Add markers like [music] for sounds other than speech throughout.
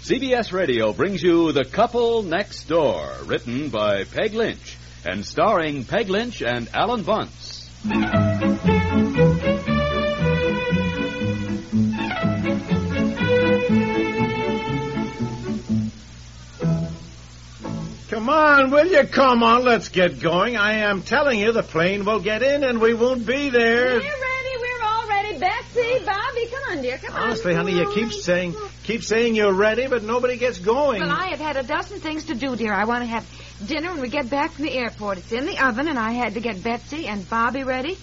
CBS Radio brings you The Couple Next Door, written by Peg Lynch and starring Peg Lynch and Alan Bunce. Come on, will you? Come on, let's get going. I am telling you, the plane will get in and we won't be We're there. ready. We're all ready. Betsy, Bobby, come on, dear. Come on. Honestly, honey, Come you on. keep saying, keep saying you're ready, but nobody gets going. Well, I have had a dozen things to do, dear. I want to have dinner when we get back from the airport. It's in the oven, and I had to get Betsy and Bobby ready.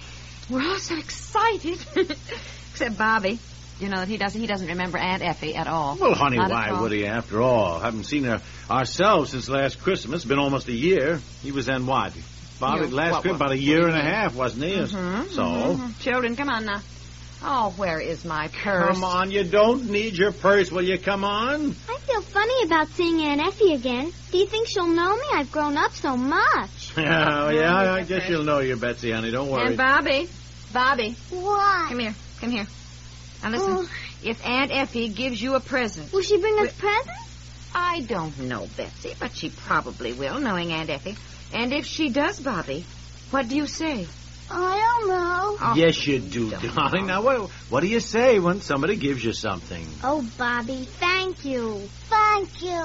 We're all so excited, [laughs] except Bobby. You know that he doesn't. He doesn't remember Aunt Effie at all. Well, honey, Not at why all. would he? After all, haven't seen her ourselves since last Christmas. Been almost a year. He was in what? Bobby Yeah, last what- Christmas, what- about a what year do you and a mean? half, wasn't he? Mhm, so, mhm. Children, come on now. Oh, where is my purse? come on, you don't need your purse. Will you come [laughs] on? [laughs] I feel funny about seeing Aunt Effie again. Do you think she'll know me? I've grown up so much. yeah, you yeah, I get guess fresh. you'll know you, Betsy, honey. Don't worry. And Bobby, Bobby, Why? come here, come here. Now listen. Oh. If Aunt Effie gives you a present, Will she bring us presents? I don't know, Betsy, but she probably will, knowing Aunt Effie. And if she does, Bobby, what do you say? I don't know. Oh, yes, you do, [laughs] don't darling. Now, know. what, what do you say when somebody gives you something? Oh, Bobby, thank you. Thank you.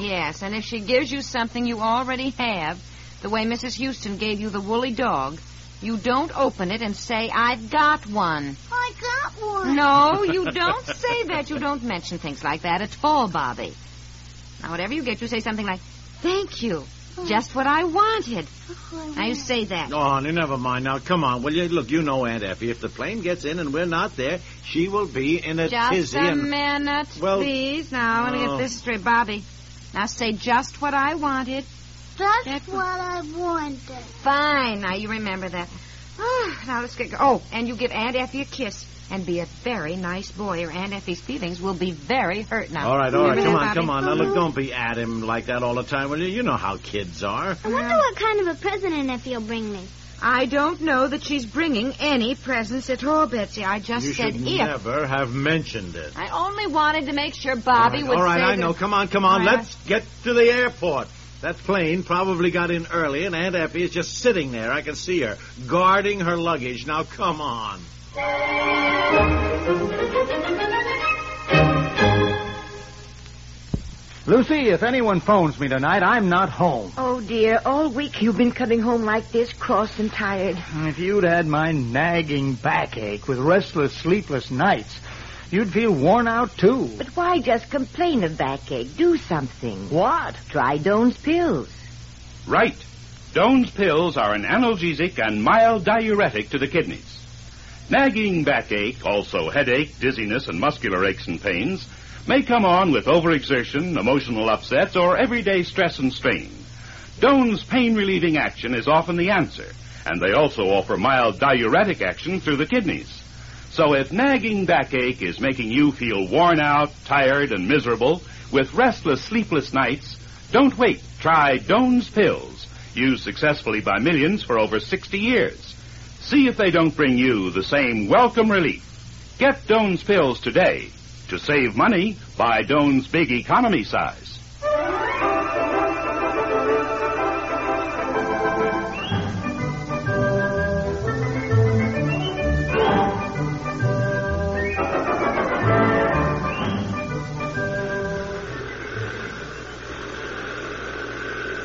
Yes, and if she gives you something you already have, the way Mrs. Houston gave you the woolly dog, you don't open it and say, I've got [laughs] one. I got one. No, you don't say that. You don't mention things like that at all, Bobby. Now, whatever you get, you say something like, Thank you. Just what I wanted. Now, you say that. Oh, honey, never mind. Now, come on, will you? Look, you know Aunt Effie. If the plane gets in and we're not there, she will be in a Just tizzy. a and... minute, Well- please. Now, I want to Oh. get this straight, Bobby. Now, say just what I wanted. That's That- what I wanted. Fine. Now, you remember that. Oh, now, let's get go. Oh, and you give Aunt Effie a kiss. And be a very nice boy, or Aunt Effie's feelings will be very hurt now. All right, all right. Remember Come that, on, come on. Bobby? Now, look, don't be at him like that all the time, will you? You know how kids are. I wonder what kind of a present Aunt Effie will bring me. I don't know that she's bringing any presents at all, Betsy. I just you said should if. never have mentioned it. I only wanted to make sure Bobby all right, would all right say I that- know. Come on, come on. All right, Let's get to the airport. That plane probably got in early, and Aunt Effie is just sitting there. I can see her guarding her luggage. Now, come on. Lucy, if anyone phones me tonight, I'm not home. Oh, dear. All week you've been coming home like this, cross and tired. If you'd had my nagging backache with restless, sleepless nights, you'd feel worn out too. But why just complain of backache? Do something. What? Try Doane's pills. Right. Doane's pills are an analgesic and mild diuretic to the kidneys. Nagging backache, also headache, dizziness, and muscular aches and pains, may come on with overexertion, emotional upsets, or everyday stress and strain. Doane's pain relieving action is often the answer, and they also offer mild diuretic action through the kidneys. So if nagging backache is making you feel worn out, tired, and miserable with restless, sleepless nights, don't wait. Try Doan's pills, used successfully by millions for over 60 years. See if they don't bring you the same welcome relief. Get Doan's pills today. To save money, buy Doan's big economy size.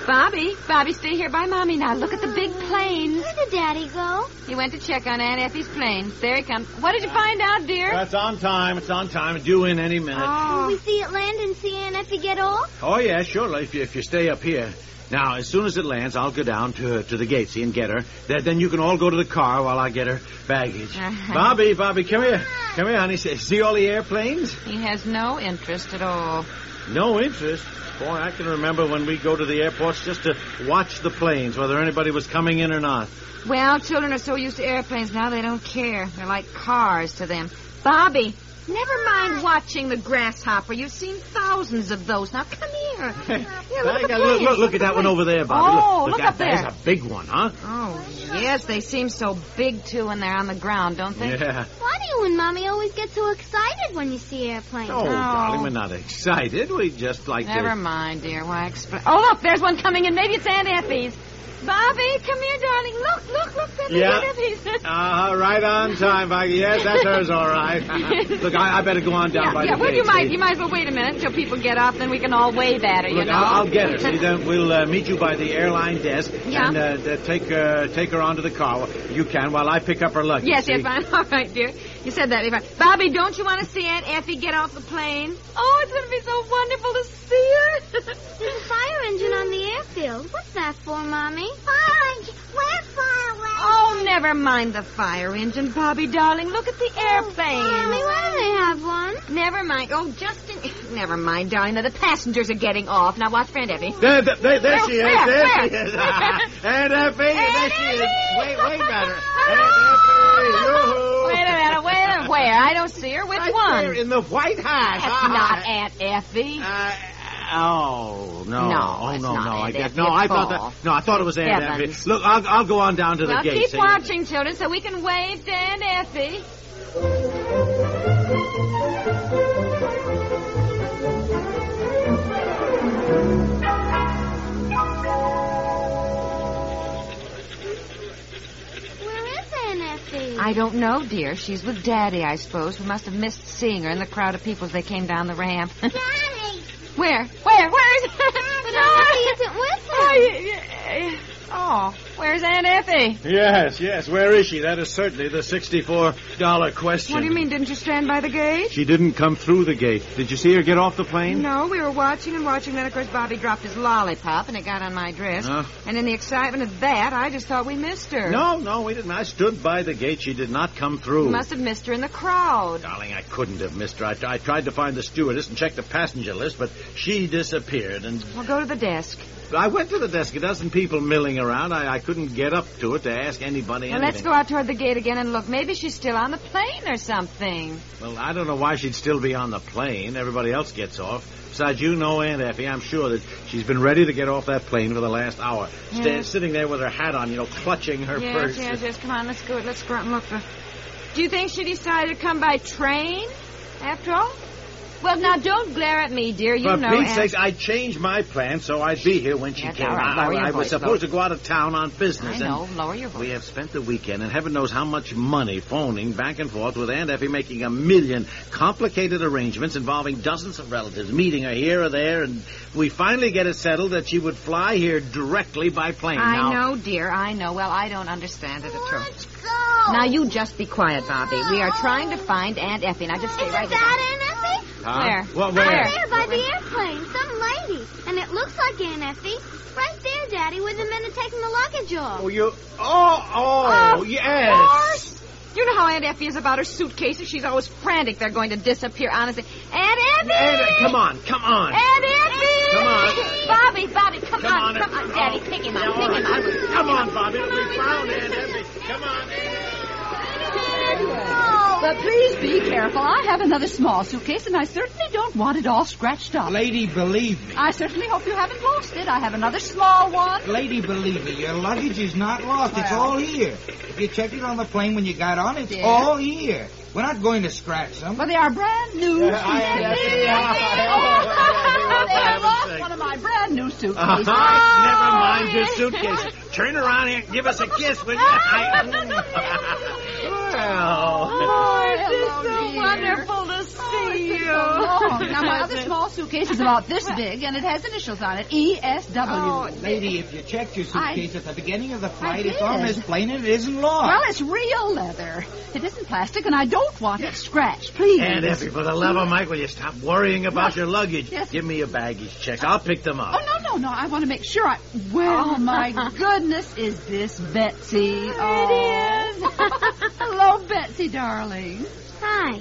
Bobby, Bobby, stay here by Mommy now. Look at the big plane. Where did Daddy go? He went to check on Aunt Effie's plane. There he comes. What did you find out, dear? That's on time. It's on time. It's due in any minute. Will Oh, we see it land and see Aunt Effie get off? Oh, yeah, sure. If you, if you stay up here. Now, as soon as it lands, I'll go down to to the gatesy and get her. Then, then you can all go to the car while I get her baggage. Uh-huh. Bobby, Bobby, come here. Come here, honey. See, see all the airplanes? he has no interest at all. No interest. Boy, I can remember when we go to the airports just to watch the planes, whether anybody was coming in or not. Well, children are so used to airplanes now they don't care. They're like cars to them. Bobby, never mind watching the grasshopper. You've seen thousands of those. Now [laughs] come here. Here, look, at the Look, look, plane. look, at that one over there, Bobby. Oh, look, look at up that. there. That's a big one, huh? Oh, yes, they seem so big, too, when they're on the ground, don't they? Yeah. Why do you and Mommy always get so excited when you see airplanes? Oh, darling, we're not excited. We just like Never to... mind, dear. Why explain? Oh, look, there's one coming in. Maybe it's Aunt Effie's. Bobby, come here, darling. Look, look, look. There's Yeah. Aunt Effie's. Uh, right on time, Bobby. Yes, that's hers, all [laughs] right. Look, I, I better go on down yeah, by yeah the well, you gate, might, see? you might as well wait a minute until people get off, then we can all wave at her, you Look, know. I'll, I'll get her. See, then we'll uh, meet you by the airline desk Yeah. and uh, th- take uh, take her onto the car. You can while I pick up her luggage. [laughs] Yes, yes, see? fine. [laughs] All right, dear. You said that. Fine. Bobby, don't you want to see Aunt Effie get off the plane? Oh, it's going to be so wonderful to see There's a her. [laughs] fire engine on the airfield. What's that for, Mommy? Fire engine. We're far away. oh, never mind the fire engine, Bobby, darling. Look at the Mommy, airplane. Oh, why do they have one? Never mind. Oh, Justin. [laughs] Never mind, darling. Now the passengers are getting off. Now watch for Aunt Effie. There, there, there, there she is. Where, There she where? is. [laughs] and Effie, there she is. Wait, wait, [laughs] [laughs] better. Wait a minute. Wait a minute. Where? I don't see her. Which one? In the White House. Uh-huh. That's not Aunt Effie. Uh, oh no! No, oh it's no! not no! I Aunt guess Effie no. at I thought all. that. No, I thought it was Aunt Heavens. Effie. Look, I'll, I'll go on down to the well, gate. keep see? watching, children, so we can wave to Aunt Effie. Where is E? Aunt Effie? I don't know, dear. She's with Daddy, I suppose. We must have missed seeing her in the crowd of people as they came down the ramp. [laughs] Daddy. Where? Where? Where is But No. Aunt Effie [laughs] isn't with him. Oh, y- y- oh, where's Aunt Effie? Yes, yes. Where is she? That is certainly the sixty-four dollar question. What do you mean? Didn't you stand by the gate? She didn't come through the gate. Did you see her get off the plane? No, we were watching and watching. Then, of course, Bobby dropped his lollipop and it got on my dress. Huh? And in the excitement of that, I just thought we missed her. No, no, we didn't. I stood by the gate. She did not come We through. must have missed her in the crowd. Darling, I couldn't have missed her. I, I tried to find the stewardess and check the passenger list, but she disappeared. And Well, go to the desk. I went to the desk. A dozen people milling around. I, I couldn't get up to it to ask anybody Well, anything. let's go out toward the gate again and look. Maybe she's still on the plane or something. Well, I don't know why she'd still be on the plane. Everybody else gets off. Besides, you know Aunt Effie. I'm sure that she's been ready to get off that plane for the last hour. Sta- Yes. sitting there with her hat on, you know, clutching her yes, purse. yes, yes. Come on, let's go. Let's go out and look for. Do you think she decided to come by train, after all? Well, now don't glare at me, dear. You For know. Pete's Aunt- sakes, I changed my plan so I'd be here when she Yes, came all right, out. lower your I was voice, supposed to go out of town on business. I and know. Lower your voice. We have spent the weekend and heaven knows how much money phoning back and forth with Aunt Effie making a million complicated arrangements involving dozens of relatives, meeting her here or there, and we finally get it settled that she would fly here directly by plane. I now, know, dear. I know. Well, I don't understand it at all. Let's go. Now you just be quiet, Bobby. We are trying to find Aunt Effie. Now just stay Isn't right there. that Aunt Effie? Huh? Where? What, Where? where? Out there by the airplane, some lady. And it looks like Aunt Effie. Right there, Daddy, with the men are taking the luggage off. Oh, you. Oh, oh, Of yes. course. You know how Aunt Effie is about her suitcases. She's always frantic. They're going to disappear. Honestly, Aunt Effie. Aunt, come on, come on. Aunt Effie. Come on, on. Bobby, Bobby, come, Come on, on, come on, it's- Daddy, oh, pick him yeah, up, all pick him right. up. Come on, Bobby. It'll Come on, be we found, found Aunt Effie. Come on, But please be careful. I have another small suitcase, and I certainly don't want it all scratched up. Lady, believe me. I certainly hope you haven't lost it. I have another small one. Lady, believe me, your luggage is not lost. It's Well. all here. If you checked it on the plane when you got on, it's Yeah. all here. We're not going to scratch them. Well, they are brand new. Yeah, I- suitcases. Oh, yeah, yeah, yeah, they yeah, have lost yeah. one of my brand new suitcases. [laughs] All Ah, right, never mind your suitcase. Turn around here and give us a kiss, will you? [laughs] well, it's Oh, so wonderful to see you. Oh, Now, my other small suitcase is about this big, and it has initials on it E ESW. Oh. Lady, if you checked your suitcase at the beginning of the flight, Oh, I it's on did. this plane and it isn't lost. Well, it's real leather. It isn't plastic, and I don't want it scratched. Please. Aunt Effie, for the love of Mike, will you stop worrying about your luggage? Yes. Give me your baggage check. I'll pick them up. Oh, no, no, no. I want to make sure I. Well, Oh. [laughs] my goodness, is this Betsy? Oh. is. Hello, Betsy, darling. [laughs] Hi.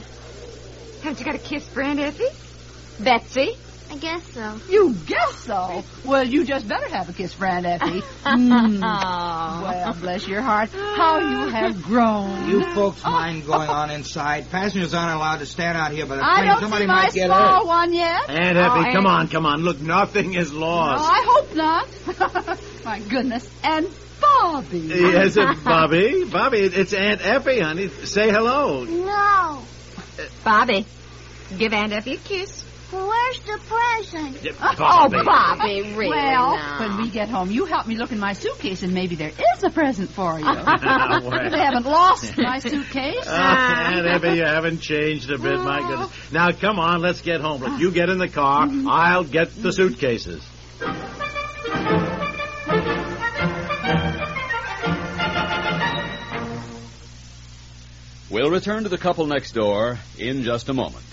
Haven't you got a kiss for Aunt Effie? Betsy? I guess so. You guess so. Well, you just better have a kiss for Aunt Effie. [laughs] Mm. Oh. Well, bless your heart. How you have grown. You folks mind going on inside? Passengers aren't allowed to stand out here by the plane. I don't Somebody see my might get small hurt. one yet. Aunt Effie, Oh, come Aunt- on, come on. Look, nothing is Oh, lost. I hope not. [laughs] my goodness. And Bobby. Yes, uh, [laughs] Bobby. Bobby, it- it's Aunt Effie, honey. Say hello. No. Bobby, give Aunt Effie a kiss. Where's the present? Oh, Bobby, really? Well, now. when we get home, you help me look in my suitcase, and maybe there is a present [laughs] for you. Ah, [laughs] well. they haven't lost my suitcase. [laughs] Oh, Aunt Effie, you haven't changed a bit, my goodness. Now, come on, let's get home. Look, you get in the car. I'll get the suitcases. We'll return to the couple next door in just a moment.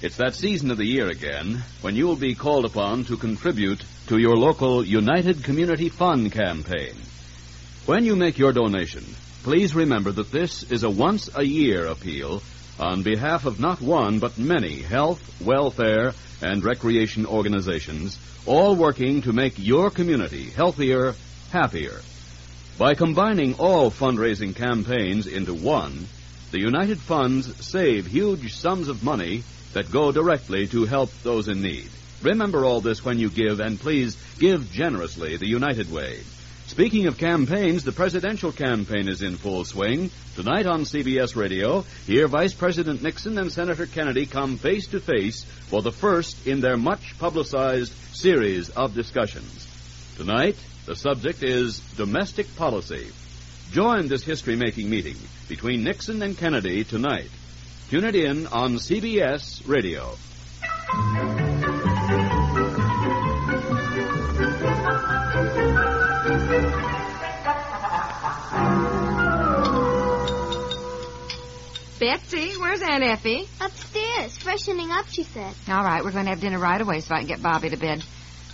It's that season of the year again when you will be called upon to contribute to your local United Community Fund campaign. When you make your donation, please remember that this is a once a year appeal on behalf of not one but many health, welfare, and recreation organizations, all working to make your community healthier, happier. By combining all fundraising campaigns into one, the United Funds save huge sums of money that go directly to help those in need. Remember all this when you give, and please give generously the United Way. Speaking of campaigns, the presidential campaign is in full swing. Tonight on CBS Radio, here Vice President Nixon and Senator Kennedy come face to face for the first in their much publicized series of discussions. Tonight, the subject is domestic policy. Join this history making meeting between Nixon and Kennedy tonight. Tune it in on CBS Radio. Betsy, where's Aunt Effie? Upstairs, freshening up, she said. All right, we're going to have dinner right away so I can get Bobby to bed.